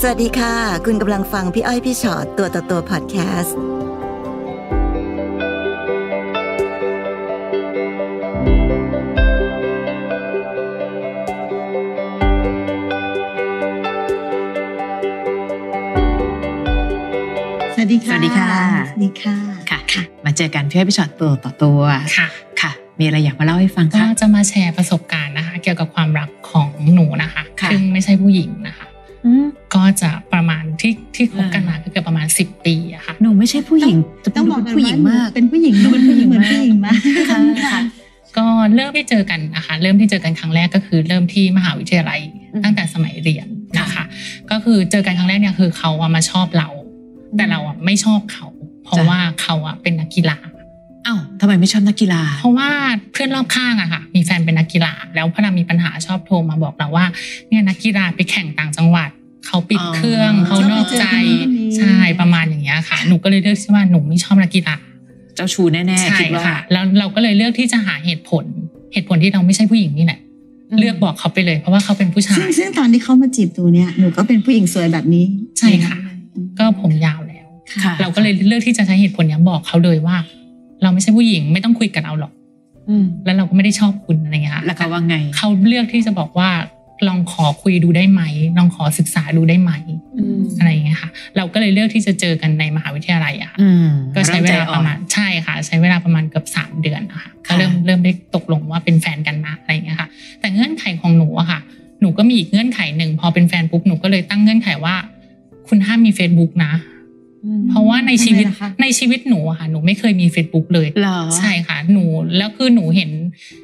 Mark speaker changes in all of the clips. Speaker 1: สวัสดีค่ะ คุณกำลังฟังพี่อ้อยพี่ชอตตัวต่อตัวพอดแคสต์
Speaker 2: สวัสดีค่ะ
Speaker 3: สวัสดีค่ะ
Speaker 2: สวัสดีค่ะ
Speaker 3: ค่ะ
Speaker 2: ค่ะ
Speaker 3: มาเจอกันพี่อ้อยพี่ชอตตัวต่อตัว
Speaker 2: ค่ะ
Speaker 3: ค่ะ มีอะไรอยากมาเล่าให้ฟัง
Speaker 2: ก็
Speaker 3: คะ
Speaker 2: จะมาแชร์ประสบการณ์นะคะ เกี่ยวกับความรักของหนูนะคะ
Speaker 3: ค่ะ
Speaker 2: ซึ่งไม่ใช่ผู้หญิงนะคะ ก็จะประมาณที่ที่คบกันมา
Speaker 3: อ่า
Speaker 2: ก็เกือบประมาณ 10 ปีอะค่ะ
Speaker 3: หนูไม่ใช่ผู้หญิงแต่
Speaker 4: ต้อง
Speaker 3: หนู
Speaker 4: บอก
Speaker 3: เป็
Speaker 4: ก่
Speaker 3: น
Speaker 4: อน
Speaker 3: ผู้หญิง
Speaker 4: ว่
Speaker 3: มาก
Speaker 4: เป็นผู้หญิง
Speaker 3: ดูเป็นผู้หญิง
Speaker 4: เหมือน
Speaker 3: มาก
Speaker 4: ผู้หญิงมาก
Speaker 3: ค่ะค่ะ
Speaker 2: ก็เริ่มที่เจอกันนะคะ เริ่มที่เจอกันครั้งแรกก็คือเริ่มที่มหาวิทยาลัย
Speaker 3: อืม
Speaker 2: ตั้งแต่สมัยเรียนนะคะ
Speaker 3: ค่ะ
Speaker 2: ก็คือเจอกันครั้งแรกเนี่ยคือเขาอะมาชอบเรา แต่เราอะไม่ชอบเขา เพราะ
Speaker 3: จ้ะ
Speaker 2: ว่าเขาอะเป็นนักกีฬา
Speaker 3: อ้าวทำไมไม่ชอบนักกีฬา
Speaker 2: เพราะว่าเพื่อนรอบข้างอะค่ะ มีแฟนเป็นนักกีฬา แล้วพอเรามีปัญหาชอบโทรมาบอกเราว่า เนี่ยนักกีฬาไปแข่งต่างจังหวัด เขาปิด
Speaker 3: อ๋อ
Speaker 2: เครื่องเขานอกใจ ใช่ประมาณอย่างเงี้ยค่ะ หนูก็เลยเลือกที่ว่าหนูไม่ชอบนักกีฬา
Speaker 3: เจ้าชูแน่ๆ
Speaker 2: ใช่
Speaker 3: คิดว่า
Speaker 2: ค่ะ แล้วเราก็เลยเลือกที่จะหาเหตุผล เหตุผลที่เราไม่ใช่ผู้หญิงนี่แหละเลือกบอกเขาไปเลย เพราะว่าเขาเป็นผู้ชา
Speaker 4: ซึ่
Speaker 2: ย
Speaker 4: งซึ่งตอนที่เขามาจีบตูเนี่ยหนูก็เป็นผู้หญิงสวยแบบนี้
Speaker 2: ใช่ค่ะ ก็ผมยาวแล้ว
Speaker 3: ค่ะ
Speaker 2: เราก็เลยเลือกที่จะใช้เหตุผลเนี้ยบอกเขาเลยว่า เราไม่ใช่ผู้หญิงไม่ต้องคุยกับเราหรอก
Speaker 3: อืม
Speaker 2: แล้วเราก็ไม่ได้ชอบคุณอะไรเงี้ยค่ะ
Speaker 3: แล้วเขาว่าไง
Speaker 2: เขาเลือกที่จะบอกว่าลองขอคุยดูได้ไหม ลองขอศึกษาดูได้ไหม
Speaker 3: อืม
Speaker 2: อะไรอย่างเงี้ยค่ะ เราก็เลยเลือกที่จะเจอกันในมหาวิทยาลัยอะค่ะ
Speaker 3: อืม
Speaker 2: ก็ใช้เวลาประมาณ
Speaker 3: เ
Speaker 2: ใช่ค่ะ ใช้เวลาประมาณเกือบสามเดือนนะคะก็เริ่มเริ่มได้ตกลงว่าเป็นแฟนกันนะอะไรอย่างเงี้ยค่ะ แต่เงื่อนไขของหนูอะค่ะ หนูก็มีอีกเงื่อนไขหนึ่งพอเป็นแฟนปุ๊บหนูก็เลยตั้งเงื่อนไขว่า คุณห้ามมี Facebook นะ
Speaker 3: อืม
Speaker 2: เพราะว่าในชีวิต
Speaker 4: ทำไมล่ะคะ
Speaker 2: ในชีวิตหนูอะค่ะ หนูไม่เคยมี Facebook เลย
Speaker 3: เหรอ
Speaker 2: ใช่ค่ะหนูแล้วคือหนูเห็น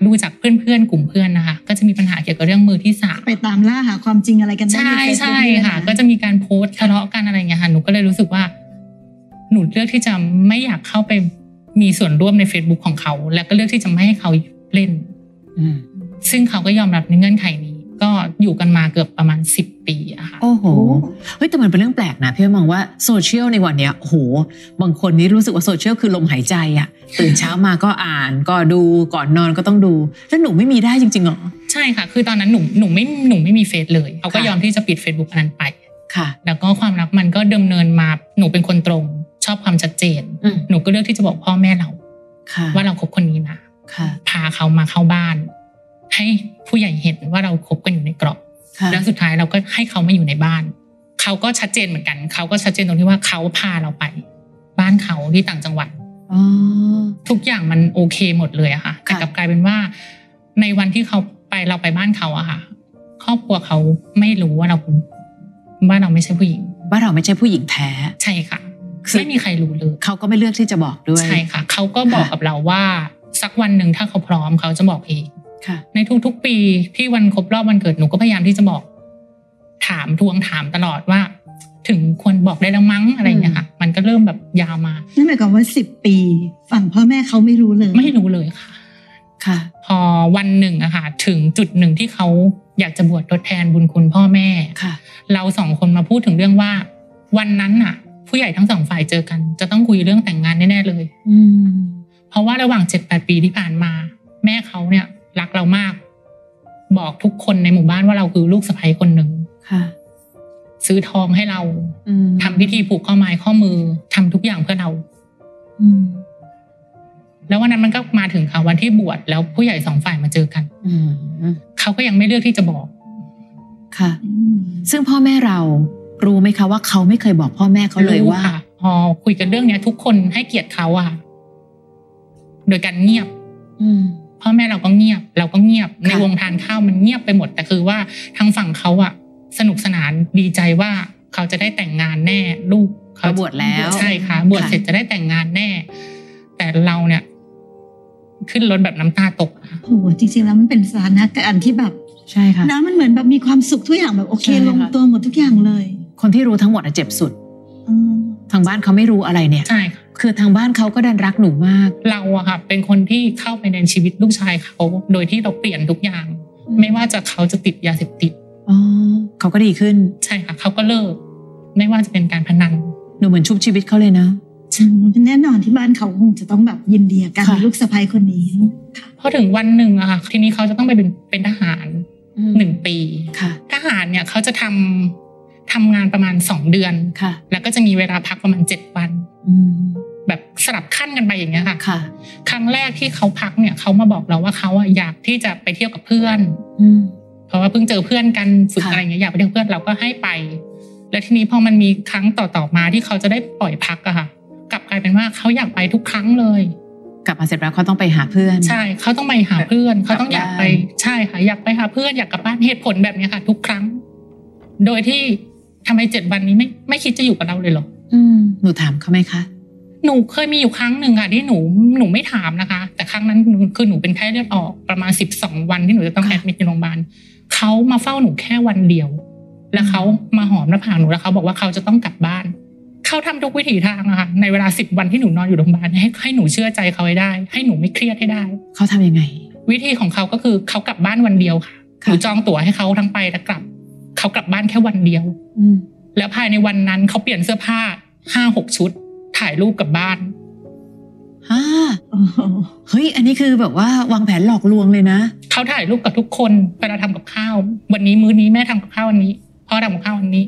Speaker 2: ดูจากเพื่อนๆกลุ่มเพื่อนนะคะ ก็จะมีปัญหาเกี่ยวกับเรื่องมือที่สาม
Speaker 4: ไปตามล่าหาความจริงอะไรกันได้
Speaker 2: ใช่
Speaker 4: น Facebook
Speaker 2: ใช่
Speaker 4: เนี่ยน
Speaker 2: ค่ะ ก็จะมีการโพสต์ทะเลาะกันอะไรอย่างเงี้ยค่ะหนูก็เลยรู้สึกว่า หนูเลือกที่จะไม่อยากเข้าไปมีส่วนร่วมใน Facebook ของเขา แล้วก็เลือกที่จะไม่ให้เขาเล่น
Speaker 3: อืม
Speaker 2: ซึ่งเขาก็ยอมรับในเงื่อนไขนี้ ก็อยู่กันมาเกือบประมาณสิบปีอะค่ะ
Speaker 3: โอ้โห
Speaker 4: โอ้
Speaker 3: เฮ้ยแต่มันเป็นเรื่องแปลกนะพี่อ้อยมองว่าโซเชียลในวันเนี้ยโอ้โหบางคนนี่รู้สึกว่าโซเชียลคือลมหายใจ อะตื่นเช้ามาก็อ่านก็ดูก่อนนอนก็ต้องดู แล้วหนูไม่มีได้จริงๆเหรอ
Speaker 2: ใช่ค่ะ คือตอนนั้นหนูหนูไม่หนูไม่มีเฟซเลยเขาก็
Speaker 3: ค่ะ
Speaker 2: ยอมที่จะปิด Facebook อันนั้นไป
Speaker 3: ค่ะ
Speaker 2: แล้วก็ความรักมันก็ดำเนินมาหนูเป็นคนตรง ชอบความชัดเจน
Speaker 3: อืม
Speaker 2: หนูก็เลือกที่จะบอกพ่อแม่เรา
Speaker 3: ค่ะ
Speaker 2: ว่าเราคบคนนี้นะ
Speaker 3: ค่ะ
Speaker 2: พาเขามาเข้าบ้าน ให้ผู้ใหญ่เห็นว่าเราคบกันอยู่ในกรอบ
Speaker 3: ค่ะ
Speaker 2: แล้วสุดท้ายเราก็ให้เขามาอยู่ในบ้าน เขาก็ชัดเจนเหมือนกัน เขาก็ชัดเจนตรงที่ว่าเขาพาเราไป บ้านเขาที่ต่างจังหวัด
Speaker 3: อ๋อ
Speaker 2: ทุกอย่างมันโอเคหมดเลยอะค่ะแต่
Speaker 3: ค่ะ
Speaker 2: กลับกลายเป็นว่า ในวันที่เขาไปเราไปบ้านเขาอะค่ะ ครอบครัวเขาไม่รู้ว่าเราเป็นว่าเราไม่ใช่ผู้หญิง
Speaker 3: ว่าเราไม่ใช่ผู้หญิงแท้
Speaker 2: ใช่ค่ะ
Speaker 3: คือ
Speaker 2: ไม่มีใครรู้เลย
Speaker 3: เขาก็ไม่เลือกที่จะบอกด้วย
Speaker 2: ใช่ค่ะ เขาก็บอกกับเราว่า สักวันหนึ่งถ้าเขาพร้อมเขาจะบอกเอง
Speaker 3: ค่ะ
Speaker 2: ในทุกๆปีที่วันครบรอบวันเกิดหนูก็พยายามที่จะบอก ถามทวงถามตลอดว่า ถึงควรบอกได้แล้วมั้งอะไรอย่างเงี้ยค่ะ มันก็เริ่มแบบยาวมา
Speaker 4: นั่นหมายความว่าสิบปี ฝั่งพ่อแม่เขาไม่รู้เลย
Speaker 2: ไม่รู้เลยค่ะ
Speaker 3: ค่ะ
Speaker 2: พอวันหนึ่งอะค่ะ ถึงจุดหนึ่งที่เขาอยากจะบวชทดแทนบุญคุณพ่อแม่
Speaker 3: ค่ะ
Speaker 2: เราสองคนมาพูดถึงเรื่องว่า วันนั้นน่ะ ผู้ใหญ่ทั้งสองฝ่ายเจอกัน จะต้องคุยเรื่องแต่งงานแน่ๆเลย
Speaker 3: อืม
Speaker 2: เพราะว่าระหว่างเจ็ดแปดปีที่ผ่านมา แม่เขาเนี่ยรักเรามาก บอกทุกคนในหมู่บ้านว่าเราคือลูกสะใภ้คนหนึ่ง
Speaker 3: ค่ะ
Speaker 2: ซื้อทองให้เรา
Speaker 3: อืม
Speaker 2: ทำพิธีผูกข้อไม้ข้อมือทำทุกอย่างเพื่อเรา
Speaker 3: อืม
Speaker 2: แล้ววันนั้นมันก็มาถึงค่ะวันที่บวชแล้วผู้ใหญ่สองฝ่ายมาเจอกัน
Speaker 3: อืม
Speaker 2: เขาก็ยังไม่เลือกที่จะบอก
Speaker 3: ค่ะ
Speaker 4: อืม
Speaker 3: ซึ่งพ่อแม่เรารู้ไหมคะว่าเขาไม่เคยบอกพ่อแม่เขาเลย
Speaker 2: รู้
Speaker 3: ว่า
Speaker 2: ค่ะพอคุยกันเรื่องเนี้ย ทุกคนให้เกียรติเขาอะค่ะโดยการเงียบ
Speaker 3: อืม
Speaker 2: พ่อแม่เราก็เงียบ เราก็เงียบ
Speaker 3: ค่ะ
Speaker 2: ในวงทานข้าวมันเงียบไปหมด แต่คือว่าทางฝั่งเขาอะสนุกสนานดีใจว่าเขาจะได้แต่งงานแน่ลูก
Speaker 3: เขา
Speaker 2: เขา
Speaker 3: บวชแล้ว
Speaker 2: ใช่ค่ะ บวชเสร็จจะได้แต่งงานแน่ แต่เราเนี่ย ขึ้นรถแบบน้ำตาตกอะค่ะ
Speaker 4: โอ้โหจริงๆแล้วมันเป็นสถานการณ์ที่แบบ
Speaker 3: ใช่ค่ะ
Speaker 4: น้ำมันเหมือนแบบมีความสุขทุกอย่างแบบโอเค
Speaker 3: ใช่ค่ะ
Speaker 4: ลงตัวหมดทุกอย่างเลย
Speaker 3: คนที่รู้ทั้งหมดอะเจ็บสุด
Speaker 4: อืม
Speaker 3: ทางบ้านเขาไม่รู้อะไรเนี่ย
Speaker 2: ใช่ค่ะ
Speaker 3: คือทางบ้านเขาก็ดันรักหนูมาก
Speaker 2: เราอะค่ะ เป็นคนที่เข้าไปในชีวิตลูกชายเขาโดยที่เราเปลี่ยนทุกอย่าง ไม่ว่าจะเขาจะติดยาเสพติด
Speaker 3: อ๋อ เขาก็ดีขึ้น
Speaker 2: ใช่ค่ะเขาก็เลิก ไม่ว่าจะเป็นการพนัน
Speaker 3: หนูเหมือนชุบชีวิตเขาเลยนะ
Speaker 4: แน่นอนที่บ้านเขาคงจะต้องแบบยินดีกับการ
Speaker 3: ค่ะ
Speaker 4: มีลูกสะใภ้คนนี้
Speaker 2: พอถึงวันหนึ่งอะค่ะ ทีนี้เขาจะต้องไปเป็นเป็นทหาร
Speaker 3: อืม
Speaker 2: หนึ่งปี
Speaker 3: ค่ะ
Speaker 2: ทหารเนี่ยเขาจะทำ ทำงานประมาณ 2 เดือน
Speaker 3: ค่ะ
Speaker 2: แล้วก็จะมีเวลาพักประมาณ 7 วัน
Speaker 3: อืม
Speaker 2: แบบสลับขั้นกันไปอย่างเงี้ยค่ะ
Speaker 3: ค่ะ
Speaker 2: ครั้งแรกที่เขาพักเนี่ยเขามาบอกเราว่าเขาอะอยากที่จะไปเที่ยวกับเพื่อน
Speaker 3: อืม
Speaker 2: เพราะว่าเพิ่งเจอเพื่อนกันฝึก
Speaker 3: ค่ะ
Speaker 2: อะไรเงี้ยอยากไปเที่ยวเพื่อนเราก็ให้ไป แล้วทีนี้พอมันมีครั้งต่อๆมาที่เขาจะได้ปล่อยพักอะค่ะ กลับกลายเป็นว่าเขาอยากไปทุกครั้งเลย
Speaker 3: กลับมาเสร็จแล้วเขาต้องไปหาเพื่อน
Speaker 2: ใช่เขาต้องไปหาเพื่อนเขาต้องอยากไป
Speaker 3: กลับบ้าน
Speaker 2: ใช่ค่ะอยากไปหาเพื่อนอยากกลับบ้านเหตุผลแบบเนี้ยค่ะ ทุกครั้ง โดยที่ทำไมเจ็ดวันนี้ไม่ไม่คิดจะอยู่กับเราเลยเหรอ
Speaker 3: อืมหนูถามเขาไหมคะ
Speaker 2: หนูเคยมีอยู่ครั้งหนึ่งค่ะที่หนูหนูไม่ถามนะคะ แต่ครั้งนั้นคือหนูเป็นไข้เลือดออกประมาณสิบสองวันที่หนูจะต้อง
Speaker 3: ค่ะ
Speaker 2: แอดมิดในโรงพยาบาลเขามาเฝ้าหนูแค่วันเดียว แล้วเขามาหอมหน้าผากหนูแล้วเขาบอกว่าเขาจะต้องกลับบ้านเขาทำทุกวิถีทางอะค่ะในเวลาสิบวันที่หนูนอนอยู่โรงพยาบาลให้ให้หนูเชื่อใจเขาให้ได้ ให้หนูไม่เครียดให้ได้
Speaker 3: เขาทำยังไง
Speaker 2: วิธีของเขาก็คือเขากลับบ้านวันเดียวค่ะห
Speaker 3: ค่ะ
Speaker 2: นูจองตั๋วให้เขาทั้งไปและกลับเขากลับบ้านแค่วันเดียว
Speaker 3: อืม
Speaker 2: แล้วภายในวันนั้นเขาเปลี่ยนเสื้อผ้าห้าหกชุด ถ่ายรูปกลับบ้าน
Speaker 3: ฮ่า
Speaker 4: โอ้โห
Speaker 3: เฮ้ย อันนี้คือแบบว่าวางแผนหลอกลวงเลยนะ
Speaker 2: เขาถ่ายรูปกับทุกคนเวลาทำกับข้าว วันนี้มื้อนี้แม่ทำกับข้าววันนี้พ่อทำกับข้าววันนี้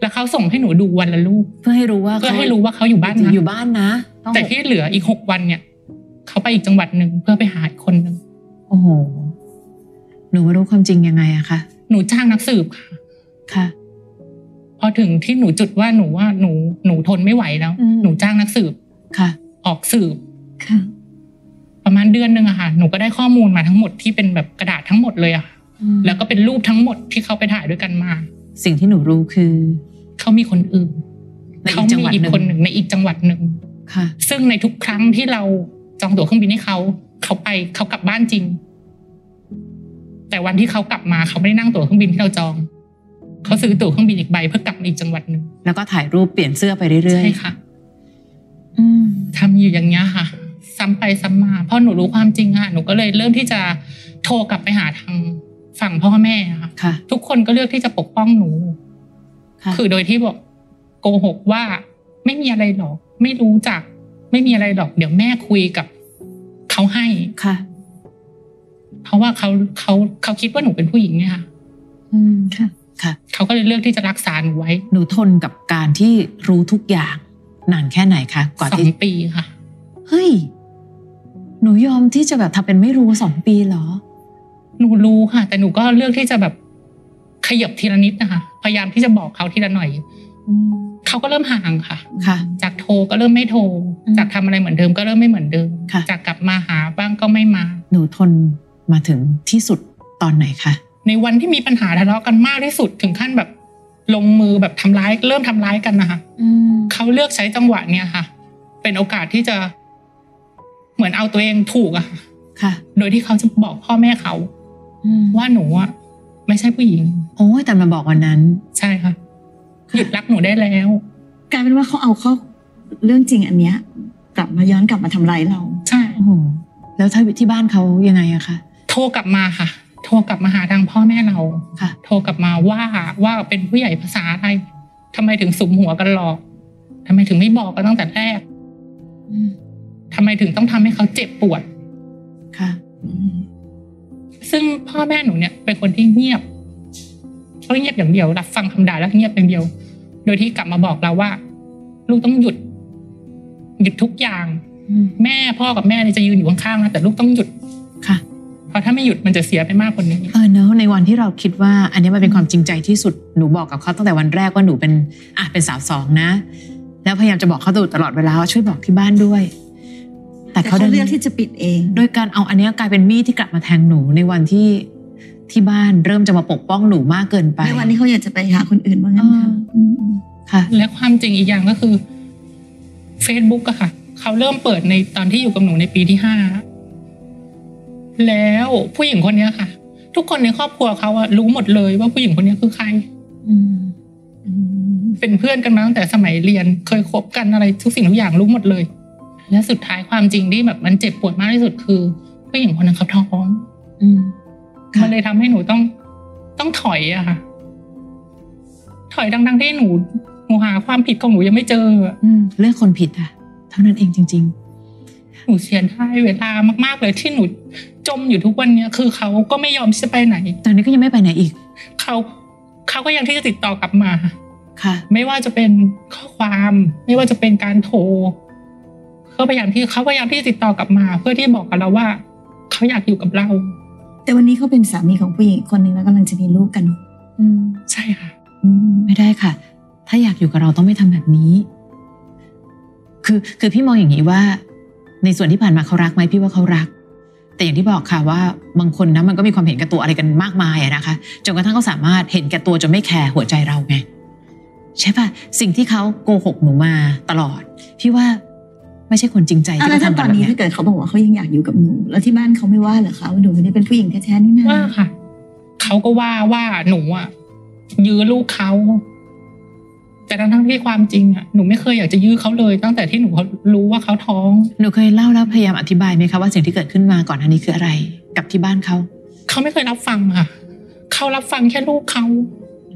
Speaker 2: แล้วเขาส่งให้หนูดูวันละรูป
Speaker 3: เพื่อให้รู้ว่า
Speaker 2: เพื่อ
Speaker 3: ข
Speaker 2: ให้รู้ว่าเขาอยู่บ้านนะ
Speaker 3: อยู่บ้านนะอง
Speaker 2: แต่ที่เหลืออีกหกวันเนี่ยเขาไปอีกจังหวัดหนึ่งเพื่อไปหาอีกคนหนึ่ง
Speaker 3: โอ้โห หนูมารู้ความจริงยังไงอะคะ
Speaker 2: หนูจ้างนักสืบค่ะ
Speaker 3: ค่ะ
Speaker 2: พอถึงที่หนูจุดว่าหนูว่าหนูหนูทนไม่ไหวแล้ว
Speaker 3: อืม
Speaker 2: หนูจ้างนักสืบ
Speaker 3: ค่ะ
Speaker 2: ออกสืบ
Speaker 4: ค่ะ
Speaker 2: ประมาณเดือนหนึ่งอะค่ะหนูก็ได้ข้อมูลมาทั้งหมดที่เป็นแบบกระดาษทั้งหมดเลยอะค่ะแล้วก็เป็นรูปทั้งหมดที่เขาไปถ่ายด้วยกันมา
Speaker 3: สิ่งที่หนูรู้คือ
Speaker 2: เขามีคนอื่น
Speaker 3: ในอี
Speaker 2: เขา
Speaker 3: กจัง
Speaker 2: มี
Speaker 3: หวัด
Speaker 2: อีก
Speaker 3: หนึ่ง
Speaker 2: คนหนึ่งในอีกจังหวัดหนึ่ง
Speaker 3: ค่ะ
Speaker 2: ซึ่งในทุกครั้งที่เราจองตั๋วเครื่องบินให้เขา เขาไปเขากลับบ้านจริง แต่วันที่เขากลับมาเขาไม่ได้นั่งตั๋วเครื่องบินที่เราจอง เขาซื้อตั๋วเครื่องบินอีกใบเพื่อกลับมาอีกจังหวัดหนึ่ง
Speaker 3: แล้วก็ถ่ายรูปเปลี่ยนเสื้อไปเรื่อย
Speaker 2: ใช่ค่ะ
Speaker 3: ๆอืม
Speaker 2: ทำอยู่อย่างเงี้ยค่ะ ซ้ำไปซ้ำมาพอหนูรู้ความจริงค่ะหนูก็เลยเริ่มที่จะโทรกลับไปหาทางฝั่งพ่อแม่อะค่ะ
Speaker 3: ค่ะ
Speaker 2: ทุกคนก็เลือกที่จะปกป้องหนู
Speaker 3: ค่ะ
Speaker 2: คือโดยที่บอกโกหกว่าไม่มีอะไรหรอก ไม่รู้จัก ไม่มีอะไรหรอก เดี๋ยวแม่คุยกับเขาให้
Speaker 3: ค่ะ
Speaker 2: เพราะว่าเขาเขาเขาคิดว่าหนูเป็นผู้หญิงเนี่ยค่ะ
Speaker 3: อืม
Speaker 4: ค่ะ
Speaker 2: เขาก็เลยเลือกที่จะรักษาหนูไว้
Speaker 3: หนูทนกับการที่รู้ทุกอย่าง นานแค่ไหนคะกว่า
Speaker 2: สอ
Speaker 3: ที่
Speaker 2: งปีค่ะ
Speaker 3: เฮ้ย หนูยอมที่จะแบบทำเป็นไม่รู้สองปีเหรอ
Speaker 2: หนูรู้ค่ะ แต่หนูก็เลือกที่จะแบบขยับทีละนิดนะคะ พยายามที่จะบอกเขาทีละหน่อย
Speaker 3: อืม
Speaker 2: เขาก็เริ่มห่างค่ะ
Speaker 3: ค่ะ
Speaker 2: จากโทรก็เริ่มไม่โทร
Speaker 3: อืม
Speaker 2: จากทำอะไรเหมือนเดิมก็เริ่มไม่เหมือนเดิม
Speaker 3: ค่ะ
Speaker 2: จากกลับมาหาบ้างก็ไม่มา
Speaker 3: หนูทนมาถึงที่สุดตอนไหนคะ
Speaker 2: ในวันที่มีปัญหาทะเลาะกันมากที่สุดถึงขั้นแบบ ลงมือแบบทำร้ายเริ่มทำร้ายกันนะคะเขาเลือกใช้จังหวะเนี่ยค่ะ เป็นโอกาสที่จะ เหมือนเอาตัวเองถูกอะค่ะ
Speaker 3: ค่ะ
Speaker 2: โดยที่เขาจะบอกพ่อแม่เขา ว่าหนูอะไม่ใช่ผู้หญิง
Speaker 3: โอ้ยแต่มาบอกวันนั้น
Speaker 2: ใช่ค่ะ หยุดรักหนูได้แล้ว
Speaker 4: กลายเป็นว่าเขาเอาข้อเรื่องจริงอันเนี้ย กลับมาย้อนกลับมาทำร้ายเรา
Speaker 2: ใช่
Speaker 3: โอ้โหแล้วถ้าที่บ้านเขายังไงอะคะ
Speaker 2: โทรกลับมาค่ะ โทรกลับมาหาทางพ่อแม่เรา
Speaker 3: ค่ะ
Speaker 2: โทรกลับมาว่าว่าเป็นผู้ใหญ่ภาษาอะไรทำไมถึงสุมหัวกันหลอกทำไมถึงไม่บอกกันตั้งแต่แรกทำไมถึงต้องทำให้เขาเจ็บปวด
Speaker 3: ค่ะ
Speaker 2: ซึ่งพ่อแม่หนูเนี่ยเป็นคนที่เงียบเขาเงียบอย่างเดียว รับฟังคำด่าแล้วเงียบอย่างเดียว โดยที่กลับมาบอกเราว่า ลูกต้องหยุด หยุดทุกอย่าง แม่พ่อกับแม่เนี่ยจะยืนอยู่ข้างๆนะแต่ลูกต้องหยุด
Speaker 3: ค่ะ
Speaker 2: เพราะถ้าไม่หยุดมันจะเสียไปมากกว่านี้
Speaker 3: เออเนอะในวันที่เราคิดว่า อันนี้มันเป็นความจริงใจที่สุดหนูบอกกับเขาตั้งแต่วันแรกว่าหนูเป็นอ่ะเป็นสาวสองนะ แล้วพยายามจะบอกเขาตลอดเวลาว่าช่วยบอกที่บ้านด้วย แต่
Speaker 4: แต่
Speaker 3: เขา
Speaker 4: เขา
Speaker 3: ดัน
Speaker 4: เลือกที่จะปิดเอง
Speaker 3: โดยการเอาอันเนี้ยกลายเป็นมีดที่กลับมาแทงหนูในวันที่ที่บ้านเริ่มจะมาปกป้องหนูมากเกินไป
Speaker 4: ในวันที่เขาอยากจะไปหาคนอื่นว่างั้นค่ะ
Speaker 3: อ่า
Speaker 4: อืมอืม
Speaker 3: ค่ะ
Speaker 2: และความจริงอีกอย่างก็คือ Facebook อะค่ะ เขาเริ่มเปิดในตอนที่อยู่กับหนูในปีที่ห้าแล้วผู้หญิงคนเนี้ยค่ะ ทุกคนในครอบครัวเขาอะรู้หมดเลยว่าผู้หญิงคนเนี้ยคือใคร
Speaker 3: อืม
Speaker 4: อืม
Speaker 2: เป็นเพื่อนกันมาตั้งแต่สมัยเรียนเคยคบกันอะไรทุกสิ่งทุกอย่างรู้หมดเลย และสุดท้ายความจริงที่แบบมันเจ็บปวดมากที่สุดคือผู้หญิงคนนั้นเขาท้อง
Speaker 3: อืม ค่ะ
Speaker 2: มันเลยทำให้หนูต้องต้องถอยอะค่ะ ถอยดังๆที่หนูหนูหาความผิดของหนูยังไม่เจออะ
Speaker 3: อืมเลือกคนผิดอ่ะ เท่านั้นเองจริง
Speaker 2: หนูเสียได้เวลามากๆเลยที่หนูจมอยู่ทุกวันเนี้ยคือเขาก็ไม่ยอมที่จะไปไหน
Speaker 3: ๆ ตอนนี้ก็ยังไม่ไปไหนอีก
Speaker 2: เขา เขาก็ยังที่จะติดต่อกลับมา
Speaker 3: ค่ะ
Speaker 2: ไม่ว่าจะเป็นข้อความ ไม่ว่าจะเป็นการโทรเขาพยายามที่เขาพยายามที่จะติดต่อกลับมา เพื่อที่บอกกับเราว่าเขาอยากอยู่กับเรา
Speaker 4: แต่วันนี้เขาเป็นสามีของผู้หญิงอีกคนหนึ่งแล้วกำลังจะมีลูกกัน
Speaker 3: อืม
Speaker 2: ใช่ค่ะ
Speaker 4: อืม
Speaker 3: ไม่ได้ค่ะ ถ้าอยากอยู่กับเราต้องไม่ทำแบบนี้ คือ คือพี่มองอย่างนี้ว่า ในส่วนที่ผ่านมาเขารักไหมพี่ว่าเขารัก แต่อย่างที่บอกค่ะว่าบางคนนะมันก็มีความเห็นแก่ตัวอะไรกันมากมายอะนะคะ จนกระทั่งเขาสามารถเห็นแก่ตัวจนไม่แคร์หัวใจเราไงใช่ปะสิ่งที่เขาโกหกหนูมาตลอด พี่ว่าไม่ใช่คนจริงใจ
Speaker 4: อ่ะ
Speaker 3: ที่
Speaker 4: แล้ว
Speaker 3: เขา
Speaker 4: ถ้า
Speaker 3: ทำ
Speaker 4: ต
Speaker 3: กั
Speaker 4: อน น
Speaker 3: แบบ
Speaker 4: นี้
Speaker 3: เนี้ย
Speaker 4: ถ้าเกิดเขาบอกว่าเขายังอยากอยู่กับหนู แล้วที่บ้านเขาไม่ว่าเหรอคะว่าหนูไม่ได้เป็นผู้หญิงแท้ๆนี่นะ
Speaker 2: ว่าค่ะ เขาก็ว่าว่าหนูอ่ะ ยื้อลูกเขา แต่ทั้งทั้งๆที่ความจริงอ่ะหนูไม่เคยอยากจะยื้อเขาเลย ตั้งแต่ที่หนูรู้ว่าเขาท้อง
Speaker 3: หนูเคยเล่าแล้วพยายามอธิบายไหมคะว่าสิ่งที่เกิดขึ้นมาก่อนอันนี้คืออะไร กับที่บ้านเขา
Speaker 2: เขาไม่เคยรับฟังค่ะ เขารับฟังแค่ลูกเขา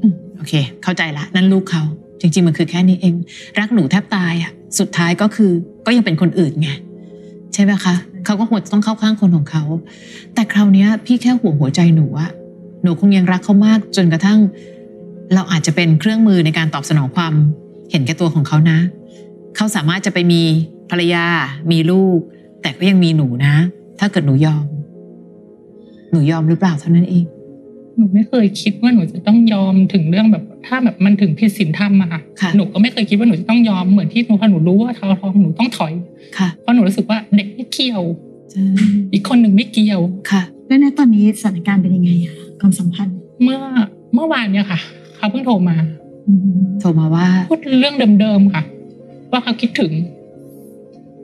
Speaker 3: อืมโอเค เข้าใจละ นั่นลูกเขา จริง ๆ มันคือแค่นี้เอง รักหนูแทบตายอ่ะ สุดท้ายก็คือก็ยังเป็นคนอื่นไง ใช่ไหมคะ เขาก็หดต้องเข้าข้างคนของเขา แต่คราวเนี้ย พี่แค่ห่วงหัวใจหนูอะหนูคงยังรักเขามาก จนกระทั่ง เราอาจจะเป็นเครื่องมือในการตอบสนองความ เห็นแก่ตัวของเขานะ เขาสามารถจะไปมีภรรยา มีลูก แต่ก็ยังมีหนูนะ ถ้าเกิดหนูยอม หนูยอมหรือเปล่าเท่านั้นเอง
Speaker 2: หนูไม่เคยคิดว่าหนูจะต้องยอมถึงเรื่องแบบ ถ้าแบบมันถึงผิดศีลธรรมอะค่ะ
Speaker 3: ค่ะ
Speaker 2: หนูก็ไม่เคยคิดว่าหนูจะต้องยอมเหมือนที่หนูพอหนูรู้ว่าท้องหนูต้องถอย
Speaker 3: ค่ะ
Speaker 2: เพราะหนูรู้สึกว่าเด็กไม่เกี่ยว
Speaker 3: อืม
Speaker 2: อีกคนหนึ่งไม่เกี่ยว
Speaker 3: ค่ะ
Speaker 4: แล้วณตอนนี้สถานการณ์เป็นยังไงอะความสัมพันธ์
Speaker 2: เมื่อเมื่อวานเนี่ยค่ะ เขาเพิ่งโทรมา
Speaker 4: อืม
Speaker 3: โทรมาว่า
Speaker 2: พูดเรื่องเดิมๆค่ะ ว่าเขาคิดถึง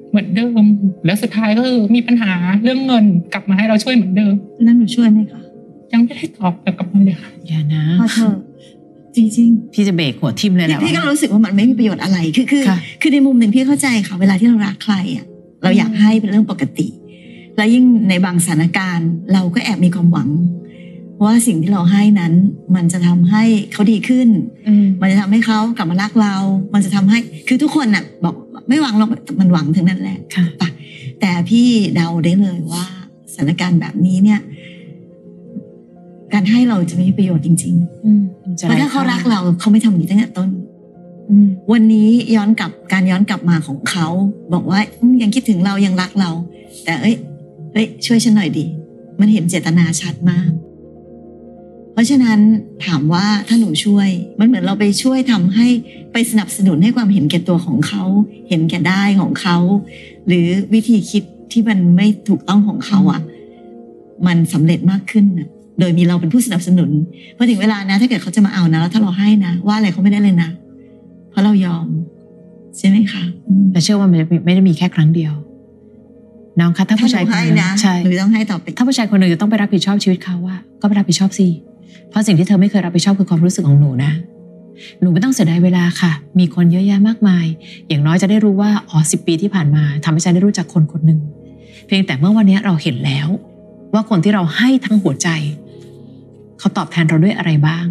Speaker 2: เหมือนเดิม แล้วสุดท้ายก็คือมีปัญหาเรื่องเงินกลับมาให้เราช่วยเหมือนเดิม
Speaker 4: แล้วหนูช่วยไหมคะ
Speaker 2: ยังไม่ได้ตอบกลับมาเลยค่ะ
Speaker 3: อย่านะ
Speaker 4: พอเธอะจริงๆ
Speaker 3: พี่จะเบรกหัวทิมเลยแหละ
Speaker 4: พี่พี่ก็
Speaker 3: วะ
Speaker 4: รู้สึกว่ามันไม่มีประโยชน์อะไร คือคือ
Speaker 3: ค่ะ
Speaker 4: คือในมุมหนึ่งพี่เข้าใจค่ะเวลาที่เรารักใครอ่ะเราอยากให้เป็นเรื่องปกติ และยิ่งในบางสถานการณ์ เราก็แอบมีความหวัง ว่าสิ่งที่เราให้นั้น มันจะทำให้เขาดีขึ้น
Speaker 3: อืม
Speaker 4: มันจะทำให้เขากลับมารักเรา มันจะทำให้ คือทุกคนอ่ะ บอกไม่หวังหรอกมันหวังถึงนั้นแหละ
Speaker 3: ค่ะ
Speaker 4: ปะแต่พี่เดาได้เลยว่าสถานการณ์แบบนี้เนี่ย การให้เราจะไม่มีประโยชน์จริง
Speaker 3: อืม
Speaker 4: ๆ
Speaker 3: จะ
Speaker 4: เพราะถ้าเขารักเราเขาไม่ทำอย่างนี้ตั้งแต่ต้น
Speaker 3: อืม
Speaker 4: วันนี้ย้อนกลับการย้อนกลับมาของเขา บอกว่าอืมยังคิดถึงเรายังรักเรา แต่เอ้ยเอ้ย ช่วยฉันหน่อยดีมันเห็นเจตนาชัดมาก เพราะฉะนั้นถามว่าถ้าหนูช่วย มันเหมือนเราไปช่วยทำให้ไปสนับสนุนให้ความเห็นแก่ตัวของเขา เห็นแก่ได้ของเขา หรือวิธีคิดที่มันไม่ถูกต้องของเขาอ่ะ มันสำเร็จมากขึ้นน่ะโดยมีเราเป็นผู้สนับสนุน พอถึงเวลานะ ถ้าเกิดเขาจะมาเอานะแล้วถ้าเราให้นะ ว่าอะไรเขาไม่ได้เลยนะ เพราะเรายอม ใช่ไหมคะอืม
Speaker 3: แต่เชื่อว่ามันไม่ได้มีแค่ครั้งเดียว น้องคะถ้า
Speaker 4: ถ้า
Speaker 3: ผู้
Speaker 4: ห
Speaker 3: ชาย
Speaker 4: นู
Speaker 3: คน
Speaker 4: ให้
Speaker 3: หนึง
Speaker 4: นะ
Speaker 3: ใช่
Speaker 4: หนูต้องให้ต่อไป
Speaker 3: ถ้าผู้ชายคนหนึ่งจะต้องไปรับผิดชอบชีวิตเขาว่า ก็ไปรับผิดชอบสิเพราะสิ่งที่เธอไม่เคยรับผิดชอบคือความรู้สึกของหนูนะ หนูไม่ต้องเสียดายเวลาค่ะ มีคนเยอะแยะมากมาย อย่างน้อยจะได้รู้ว่าอ๋อสิปีที่ผ่านมาทำให้ฉันได้รู้จักคนคนหนึ่งเพียงแต่เมื่อวันนี้เราเห็นแล้ว ว่าคนที่เราให้ทั้งหัวใจ เขาตอบแทนเราด้วยอะไรบ้าง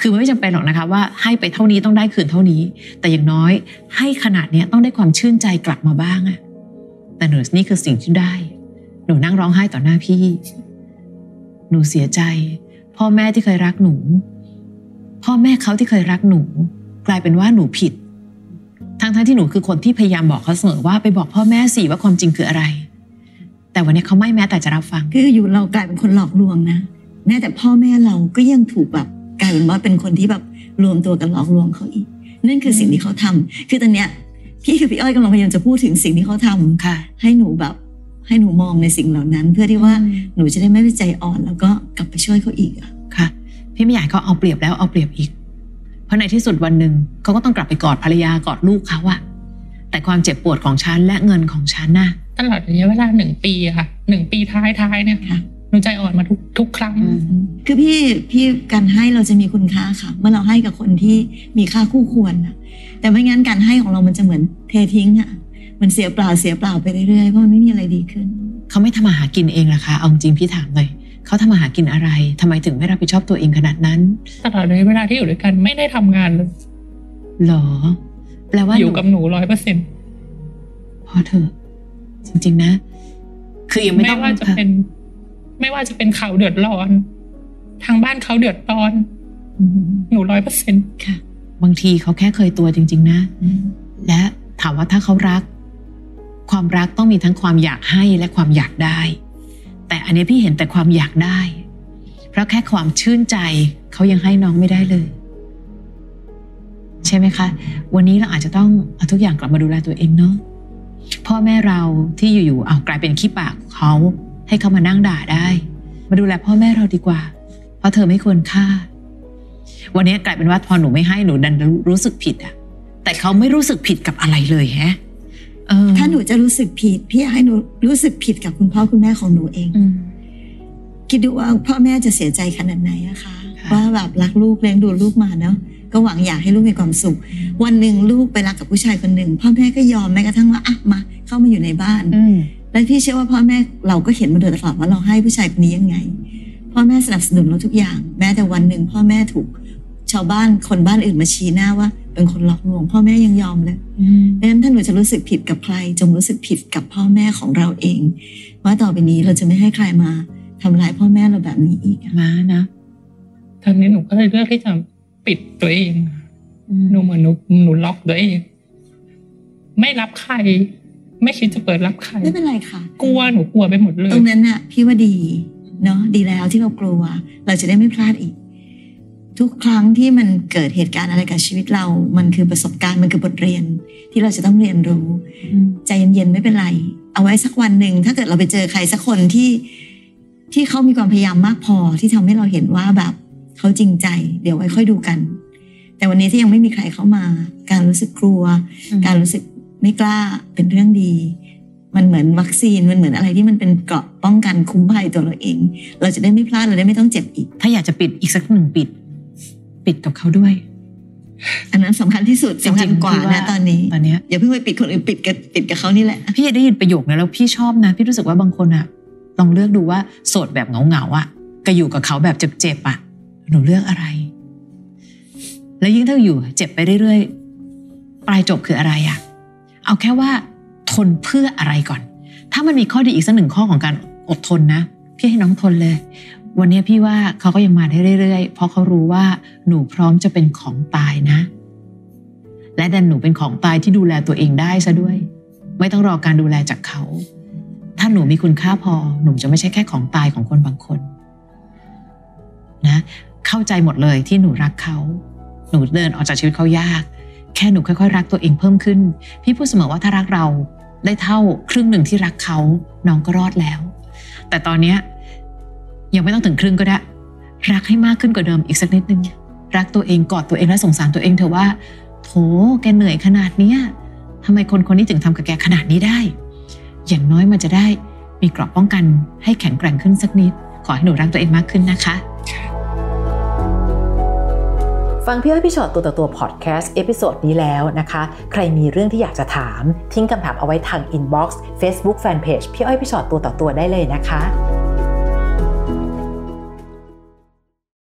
Speaker 3: คือมันไม่จำเป็นหรอกนะคะว่าให้ไปเท่านี้ต้องได้คืนเท่านี้ แต่อย่างน้อย ให้ขนาดเนี้ยต้องได้ความชื่นใจกลับมาบ้างอะแต่หนูนี่คือสิ่งที่ได้ หนูนั่งร้องไห้ต่อหน้าพี่ หนูเสียใจ พ่อแม่ที่เคยรักหนู พ่อแม่เขาที่เคยรักหนู กลายเป็นว่าหนูผิด ทั้งๆที่หนูคือคนที่พยายามบอกเขาเสมอว่าไปบอกพ่อแม่สิว่าความจริงคืออะไร แต่วันนี้เขาไม่แม้แต่จะรับฟัง
Speaker 4: คืออยู่เรากลายเป็นคนหลอกลวงนะแม้แต่พ่อแม่เราก็ยังถูกแบบกลายเป็นว่าเป็นคนที่แบบรวมตัวกันหลอกลวงเขาอีก นั่นคือสิ่งที่เขาทำคือตอนเนี้ยพี่กับพี่อ้อยกำลังพยายามจะพูดถึงสิ่งที่เขาทำ
Speaker 3: ค่ะ
Speaker 4: ให้หนูแบบให้หนูมองในสิ่งเหล่านั้น เพื่อที่ว่าหนูจะได้ไม่ไปใจอ่อน แล้วก็กลับไปช่วยเขาอีกอะ
Speaker 3: ค่ะ พี่ไม่อยากให้เขาเอาเปรียบแล้วเอาเปรียบอีก เพราะในที่สุดวันหนึ่งเขาก็ต้องกลับไปกอดภรรยากอดลูกเขาอะแต่ความเจ็บปวดของฉันและเงินของฉันน่ะ
Speaker 2: ตลอดระยะเวลาหนึ่งปีอะค่ะ หนึ่งปีท้ายท้ายๆเนี่ย
Speaker 4: ค่ะ
Speaker 2: หนูใจอ่อนมาทุกทุกครั้ง
Speaker 4: คือพี่พี่การให้เราจะมีคุณค่าค่ะ เมื่อเราให้กับคนที่มีค่าคู่ควรนะแต่ไม่งั้นการให้ของเรามันจะเหมือนเททิ้งอ่ะมันเสียเปล่าเสียเปล่าไปเรื่อยๆเพราะมันไม่มีอะไรดีขึ้น
Speaker 3: เขาไม่ทำมาหากินเองล่ะคะ เอาจริงพี่ถามหน่อยเขาทำมาหากินอะไรทำไมถึงไม่รับผิดชอบตัวเองขนาดนั้น
Speaker 2: ตลอดระยะเวลาที่อยู่ด้วยกันไม่ได้ทำงานเลย
Speaker 3: หรอ แปลว่า
Speaker 2: อยู่กับหนูร้อยเปอร์เซ็นต์
Speaker 3: พอเถอะจริง ๆ นะ คือยังไม่
Speaker 2: ไม่
Speaker 3: ต้อง
Speaker 2: ว่าจะเป็น ไม่ว่าจะเป็นเขาเดือดร้อน ทางบ้านเขาเดือดร้อน
Speaker 4: อืม
Speaker 2: หนูร้อยเปอร์เซ็นต์
Speaker 3: ค่ะ บางทีเขาแค่เคยตัวจริง ๆ นะ
Speaker 4: อืม
Speaker 3: และถามว่าถ้าเขารัก ความรักต้องมีทั้งความอยากให้และความอยากได้ แต่อันนี้พี่เห็นแต่ความอยากได้ เพราะแค่ความชื่นใจเขายังให้น้องไม่ได้เลย ใช่ไหมคะ วันนี้เราอาจจะต้องเอาทุกอย่างกลับมาดูแลตัวเองเนาะพ่อแม่เราที่อยู่ๆเอากลายเป็นขี้ปากของเขาให้เขามานั่งด่าได้ มาดูแลพ่อแม่เราดีกว่า เพราะเธอไม่ควรค่า วันนี้กลายเป็นว่าพอหนูไม่ให้หนูดันรู้สึกผิดอะ แต่เขาไม่รู้สึกผิดกับอะไรเลยแฮะเออ
Speaker 4: ถ้าหนูจะรู้สึกผิด พี่อยากให้หนูรู้สึกผิดกับคุณพ่อคุณแม่ของหนูเอง
Speaker 3: อืม
Speaker 4: คิดดูว่าพ่อแม่จะเสียใจขนาดไหนอะคะ
Speaker 3: ค่ะ
Speaker 4: ว่าแบบรักลูกเลี้ยงดูลูกมาเนาะก็หวังอยากให้ลูกมีความสุข วันหนึ่งลูกไปรักกับผู้ชายคนหนึ่งพ่อแม่ก็ยอมแม้กระทั่งว่าอ่ะมาเข้ามาอยู่ในบ้าน
Speaker 3: อืม
Speaker 4: และพี่เชื่อว่าพ่อแม่เราก็เห็นมาโดยตลอดว่าเราให้ผู้ชายคนนี้ยังไง พ่อแม่สนับสนุนเราทุกอย่าง แม้แต่วันหนึ่งพ่อแม่ถูก ชาวบ้านคนบ้านอื่นมาชี้หน้าว่า เป็นคนหลอกลวง พ่อแม่ยังยอมเลยดังนั้นถ้าหนูจะรู้สึกผิดกับใคร จงรู้สึกผิดกับพ่อแม่ของเราเอง ว่าต่อไปนี้เราจะไม่ให้ใครมาทำร้ายพ่อแม่เราแบบนี้อีกอะ
Speaker 3: มานะ
Speaker 2: ตอนนี้หนูก็เลยเลือกที่จะปิดตัวเองอะหนูเหมือนหนูหนูล็อกตัวเอง ไม่รับใคร ไม่คิดจะเปิดรับใคร
Speaker 4: ไม่เป็นไรค่ะ
Speaker 2: กลัวหนูกลัวไปหมดเลย
Speaker 4: ตรงนั้นน่ะพี่ว่าดีเนาะดีแล้วที่เรากลัว เราจะได้ไม่พลาดอีก ทุกครั้งที่มันเกิดเหตุการณ์อะไรกับชีวิตเรา มันคือประสบการณ์มันคือบทเรียน ที่เราจะต้องเรียนรู้
Speaker 3: อืม
Speaker 4: ใจเย็นๆไม่เป็นไร เอาไว้สักวันหนึ่งถ้าเกิดเราไปเจอใครสักคนที่ ที่เขามีความพยายามมากพอที่ทำให้เราเห็นว่าแบบเขาจริงใจ เดี๋ยวไว้ค่อยดูกัน แต่วันนี้ที่ยังไม่มีใครเข้ามา การรู้สึกกลัว การรู้สึกไม่กล้าเป็นเรื่องดี มันเหมือนวัคซีน มันเหมือนอะไรที่มันเป็นเกราะป้องกันคุ้มภัยตัวเราเอง เราจะได้ไม่พลาด เราได้ไม่ต้องเจ็บอีก
Speaker 3: ถ้าอยากจะปิดอีกสักหนึ่งปิด ปิดกับเขาด้วย
Speaker 4: อันนั้นสำคัญที่สุดสำคัญกว่า
Speaker 3: จริงๆพี่
Speaker 4: นะ
Speaker 3: ว่า
Speaker 4: ตอนนี้
Speaker 3: ตอนเนี้ย
Speaker 4: อย่าเพิ่งไปปิดคนอื่นปิดกับปิดกับเขานี่แหละ
Speaker 3: พี่ได้ยินประโยคนะแล้วพี่ชอบนะ พี่รู้สึกว่าบางคนอะลองเลือกดูว่าโสดแบบเหงาๆอะก็อยู่กับเขาแบบเจ็บๆอะหนูเลือกอะไร แล้วยิ่งถ้าอยู่เจ็บไปเรื่อยๆปลายจบคืออะไรอะเอาแค่ว่า ทนเพื่ออะไรก่อน ถ้ามันมีข้อดีอีกสักหนึ่งข้อของการอดทนนะ พี่ให้น้องทนเลย วันนี้พี่ว่าเขาก็ยังมาได้เรื่อยๆ เพราะเขารู้ว่าหนูพร้อมจะเป็นของตายนะ และดันหนูเป็นของตายที่ดูแลตัวเองได้ซะด้วย ไม่ต้องรอการดูแลจากเขา ถ้าหนูมีคุณค่าพอ หนูจะไม่ใช่แค่ของตายของคนบางคน นะ เข้าใจหมดเลยที่หนูรักเขา หนูเดินออกจากชีวิตเขายาก แค่หนูค่อยๆรักตัวเองเพิ่มขึ้น พี่พูดเสมอว่าถ้ารักเราได้เท่าครึ่งหนึ่งที่รักเขา น้องก็รอดแล้ว แต่ตอนเนี้ยยังไม่ต้องถึงครึ่งก็ได้ รักให้มากขึ้นกว่าเดิมอีกสักนิดนึง รักตัวเองกอดตัวเองและสงสารตัวเองเถอะว่า โถ แกเหนื่อยขนาดเนี้ย ทำไมคนคนนี้ถึงทำกับแกขนาดนี้ได้ อย่างน้อยมันจะได้มีเกรอบป้องกันให้แข็งแกร่งขึ้นสักนิด ขอให้หนูรักตัวเองมากขึ้นนะคะ
Speaker 5: ฟังพี่อ้อยพี่ชอตตัวต่อตัวพอดแคสต์เอพิโซดนี้แล้วนะคะ ใครมีเรื่องที่อยากจะถาม ทิ้งคำถามเอาไว้ทางอินบ็อกซ์เฟซบุ๊กแฟนเพจพี่อ้อยพี่ชอตตัวต่อตัวได้เลยนะคะ